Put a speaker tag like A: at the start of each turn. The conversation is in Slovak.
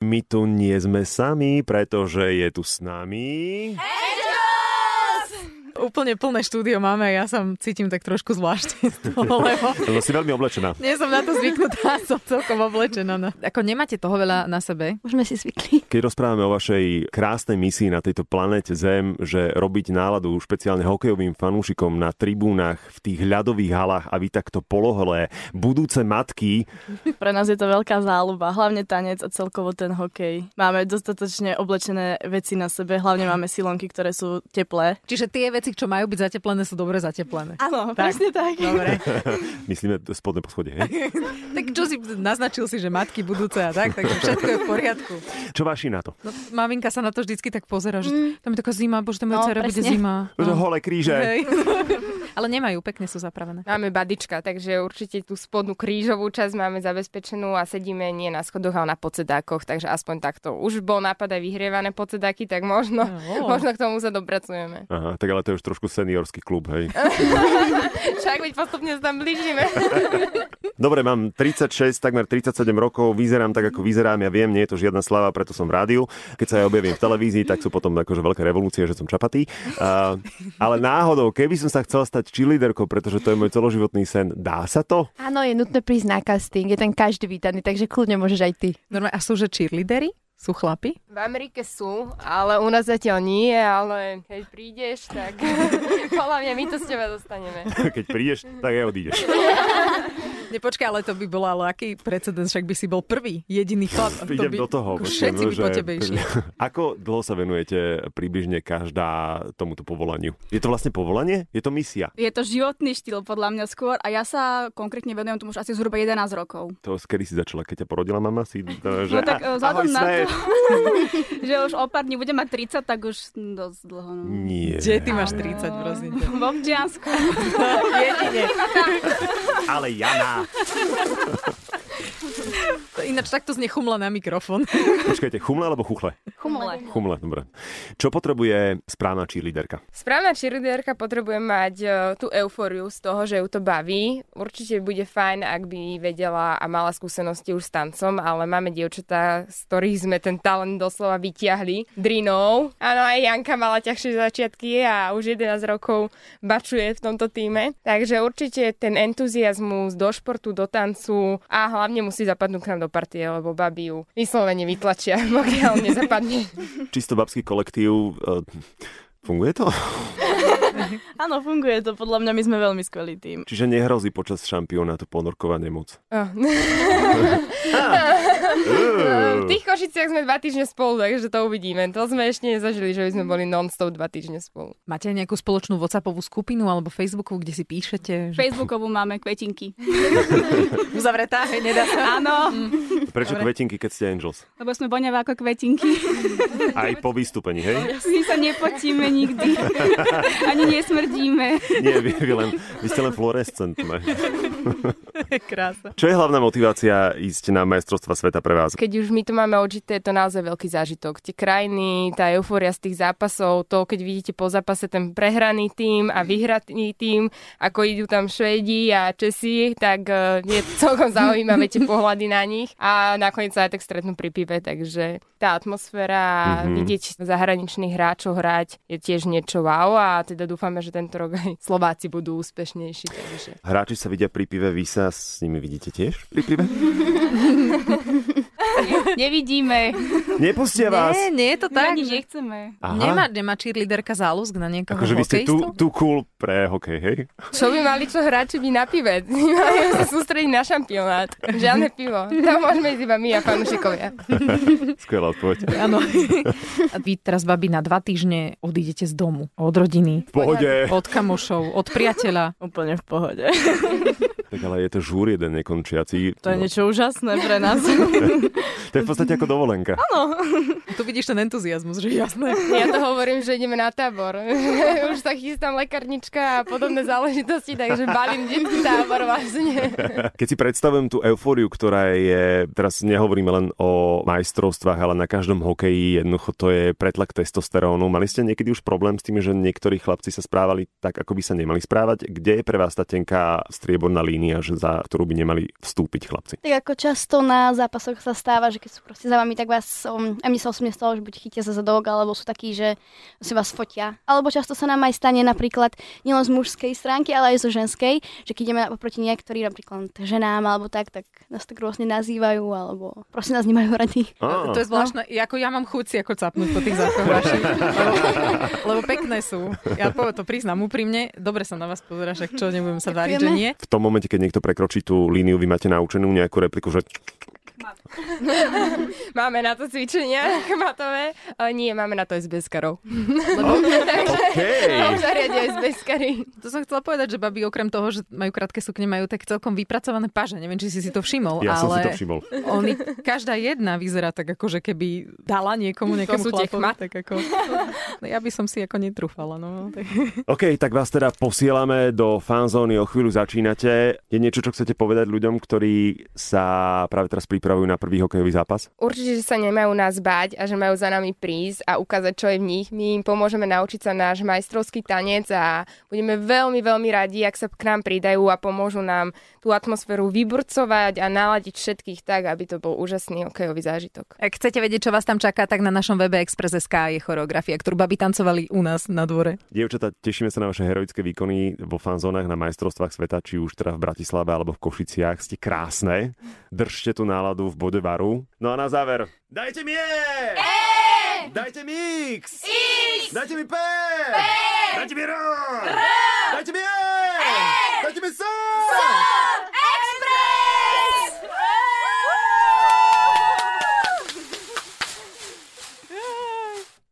A: My tu nie sme sami, pretože je tu s nami...
B: Úplne plné štúdio máme a ja sa cítim tak trošku zvláštne z toho, lebo
A: Lebo si veľmi oblečená.
B: nie som na to zvyknutá, som celkom oblečená. no. Na... Ako nemáte toho veľa na sebe?
C: Už sme si zvykli.
A: Keď rozprávame o vašej krásnej misii na tejto planete Zem, že robiť náladu špeciálne hokejovým fanúšikom na tribúnach, v tých ľadových halách a vy takto poloholé, budúce matky,
D: Pre nás je to veľká záľuba, hlavne tanec a celkovo ten hokej. Máme dostatočne oblečené veci na sebe, hlavne máme silonky, ktoré sú teplé.
B: Čiže tie veci, čo majú byť zateplené, sú dobre zateplené.
D: Áno, presne tak.
B: Dobre.
A: myslíme spodné poschodie, hej?
B: tak čo si naznačil si, že matky budúce a tak, takže všetko je v poriadku.
A: Čo vaši na to?
B: No, maminka sa na to vždycky tak pozera, že tam je taká zima, bože, tam moja
C: No,
B: dcera bude
C: presne.
B: zima. No.
A: Že holé kríže.
B: Hej. Ale nemajú, pekne sú zapravené.
E: Máme badička, takže určite tú spodnú krížovú časť máme zabezpečenú a sedíme nie na schodoch, ale na podsedákoch, takže aspoň takto. Už bol nápad aj vyhrievané podsedáky, tak možno,
B: No.
E: možno k tomu sa dopracujeme.
A: Aha, tak ale to je už trošku seniorský klub, hej.
E: Však veď postupne sa tam blížime.
A: Dobre, mám 36, takmer 37 rokov, vyzerám tak, ako vyzerám, ja viem, nie je to žiadna slava, preto som v rádiu. Keď sa ja objavím v televízii, tak sú potom akože veľké revolúcie, že som čapatý. Uh, ale náhodou, keby som sa chcel stať cheerleaderkou, pretože to je môj celoživotný sen, dá sa to?
C: Áno, je nutné prísť na casting, je tam každý vítaný, takže kľudne môžeš aj ty.
B: Normálne, a sú že cheerleadery? Sú chlapi?
E: V Amerike sú, ale u nás zatiaľ nie, ale keď prídeš, tak podľa mňa my to z teba dostaneme.
A: Keď prídeš, tak aj odídeš.
B: Ne, počkaj, ale to by bol ale aký precedens, však by si bol prvý, jediný chlap. To
A: Idem
B: by,
A: do toho. no,
B: ako
A: počujem,
B: Všetci by po tebe išli.
A: Ako dlho sa venujete približne každá tomuto povolaniu? Je to vlastne povolanie? Je to misia?
F: Je to životný štýl podľa mňa skôr a ja sa konkrétne venujem tomu už asi zhruba 11 rokov.
A: To kedy si začala, keď ťa porodila mama? Si, to, že,
F: No tak
A: a-
F: eh, vzhľadom
A: ahoj,
F: na to,
A: svet.
F: že už o pár dní budem mať 30, tak už dosť dlho. No.
A: Nie.
B: Kde ty máš 30, prosím ťa?
F: V občiansku.
B: Jedine.
A: Ale Jana.
B: Ináč takto znie chumla na mikrofón.
A: Počkajte, chumle alebo chuchle?
C: Chumle.
A: Chumle, dobre. Čo potrebuje správna cheerleaderka?
E: Správna cheerleaderka potrebuje mať e, tú eufóriu z toho, že ju to baví. Určite bude fajn, ak by vedela a mala skúsenosti už s tancom, ale máme dievčatá, z ktorých sme ten talent doslova vyťahli drinou. Áno, aj Janka mala ťažšie začiatky a už 11 rokov bačuje v tomto týme. Takže určite ten entuziasmus do športu, do tancu a hlavne musí zapadnúť k nám do partie, lebo babi ju vyslovene vytlačia, pokiaľ nezapadne.
A: Čisto babský kolektív, e, funguje to?
D: Áno, funguje to, podľa mňa my sme veľmi skvelý tým.
A: Čiže nehrozí počas šampionátu ponorkovanie moc.
E: Oh. v tých Košiciach sme dva týždne spolu, takže to uvidíme. To sme ešte nezažili, že by sme boli non-stop dva týždne spolu.
B: Máte aj nejakú spoločnú WhatsAppovú skupinu alebo Facebookovú, kde si píšete? Že...
F: Facebookovú máme kvetinky.
B: Uzavretá, hej, nedá sa.
F: Áno,
A: Prečo Dobre. kvetinky, keď ste Angels?
F: lebo sme voňavé ako kvetinky.
A: Aj po vystúpení, hej?
F: My sa nepotíme nikdy. Ani nesmrdíme.
A: Nie, vy, vy, len, vy ste len fluorescentné.
B: Krása.
A: Čo je hlavná motivácia ísť na majstrovstva sveta pre vás?
E: Keď už my to máme očité, je to naozaj veľký zážitok. Tie krajiny, tá eufória z tých zápasov, to, keď vidíte po zápase ten prehraný tým a vyhratný tým, ako idú tam Švedi a Česi, tak eh, je celkom zaujímavé tie pohľady na nich a nakoniec sa aj tak stretnú pri pive, takže tá atmosféra a
A: Mhm.
E: vidieť zahraničných hráčov hrať je tiež niečo wow a teda dúfame, že tento rok aj Slováci budú úspešnejší. Takže.
A: Hráči sa vidia pri pive, vy sa s nimi vidíte tiež pri pive?
F: Nevidíme.
A: Nepustia vás!
B: Nie, nie je to tak.
F: Ani
B: že-
F: nechceme.
B: Nemá, nemá cheerleaderka záľusk na niekoho
A: Akože vy ste tu,
B: hokejistu?
A: tu cool pre hokej, hej?
E: Čo by mali čo hráči byť na pive? Majú sa sústrediť na šampionát. Žiadne pivo. Tam môžeme ísť iba my a fanúšikovia.
A: Skvelá odpoveď.
B: Áno. A vy teraz, babi, na dva týždne odídete z domu, od rodiny,
A: V pohode.
B: od kamošov, od priateľa.
D: Úplne v pohode.
A: Tak ale je to žúr jeden nekončiaci.
D: To je niečo úžasné pre nás.
A: to je v podstate ako dovolenka.
B: Tu vidíš ten entuziasmus, že jasné.
E: Ja to hovorím, že ideme na tábor. Už sa chystám lekarnička a podobné záležitosti, takže balím detský tábor vlastne.
A: Keď si predstavujem tú eufóriu, ktorá je, teraz nehovoríme len o majstrovstvách, ale na každom hokeji jednoducho to je pretlak testosterónu. Mali ste niekedy už problém s tým, že niektorí chlapci sa správali tak, ako by sa nemali správať? Kde je pre vás tá tenká strieborná línia, že za ktorú by nemali vstúpiť chlapci?
C: Tak ako často na zápasoch sa
G: stáva, že keď sú proste za vami, tak vás, um, a mne sa osobne stalo, že buď chytia za zadok, alebo sú takí, že si vás fotia. Alebo často sa nám aj stane napríklad nielen z mužskej stránky, ale aj zo ženskej, že keď ideme oproti niektorým napríklad ženám alebo tak, tak nás tak rôzne nazývajú, alebo proste nás nemajú rady.
A: Á,
B: To je zvláštne. I Ako ja mám chuť si ako capnúť po tých zákoch vašich. Lebo, lebo pekné sú. Ja po- to priznám úprimne. Dobre sa na vás pozeráš, ak čo, nebudem sa váriť, že
G: Ďakujeme.
B: nie.
A: v tom momente, keď niekto prekročí tú líniu, vy máte naučenú nejakú repliku, že
E: Máme na to cvičenia chmatové. Ale nie, máme na to aj s beskarou.
A: OK,
E: Mám zariadia aj s beskary.
B: To som chcela povedať, že baby okrem toho, že majú krátke sukne, majú tak celkom vypracované paže. Neviem, či si si to všimol,
A: ja
B: ale
A: som si to všimol.
B: Oni, každá jedna vyzerá tak, ako že keby dala niekomu nejakému
E: sú tie
B: chlapovi, tak ako... No, ja by som si ako netrúfala, no. Tak.
A: OK, tak vás teda posielame do fanzóny, o chvíľu začínate. Je niečo, čo chcete povedať ľuďom, ktorí sa práve teraz pripravujú na prvý hokejový zápas?
E: Určite, že sa nemajú nás báť a že majú za nami prísť a ukázať, čo je v nich. My im pomôžeme naučiť sa náš majstrovský tanec a budeme veľmi, veľmi radi, ak sa k nám pridajú a pomôžu nám tú atmosféru vyburcovať a naladiť všetkých tak, aby to bol úžasný hokejový zážitok.
B: Ak chcete vedieť, čo vás tam čaká, tak na našom webe Express.sk je choreografia, ktorú baby tancovali u nás na dvore.
A: Dievčatá, tešíme sa na vaše heroické výkony vo fanzónach na majstrovstvách sveta, či už teda v Bratislave alebo v Košiciach. Ste krásne. Držte tú náladu v bode varu. No a na záver, dajte mi E! Dajte mi E! X! X! Dajte mi P! P! Dajte mi R! R!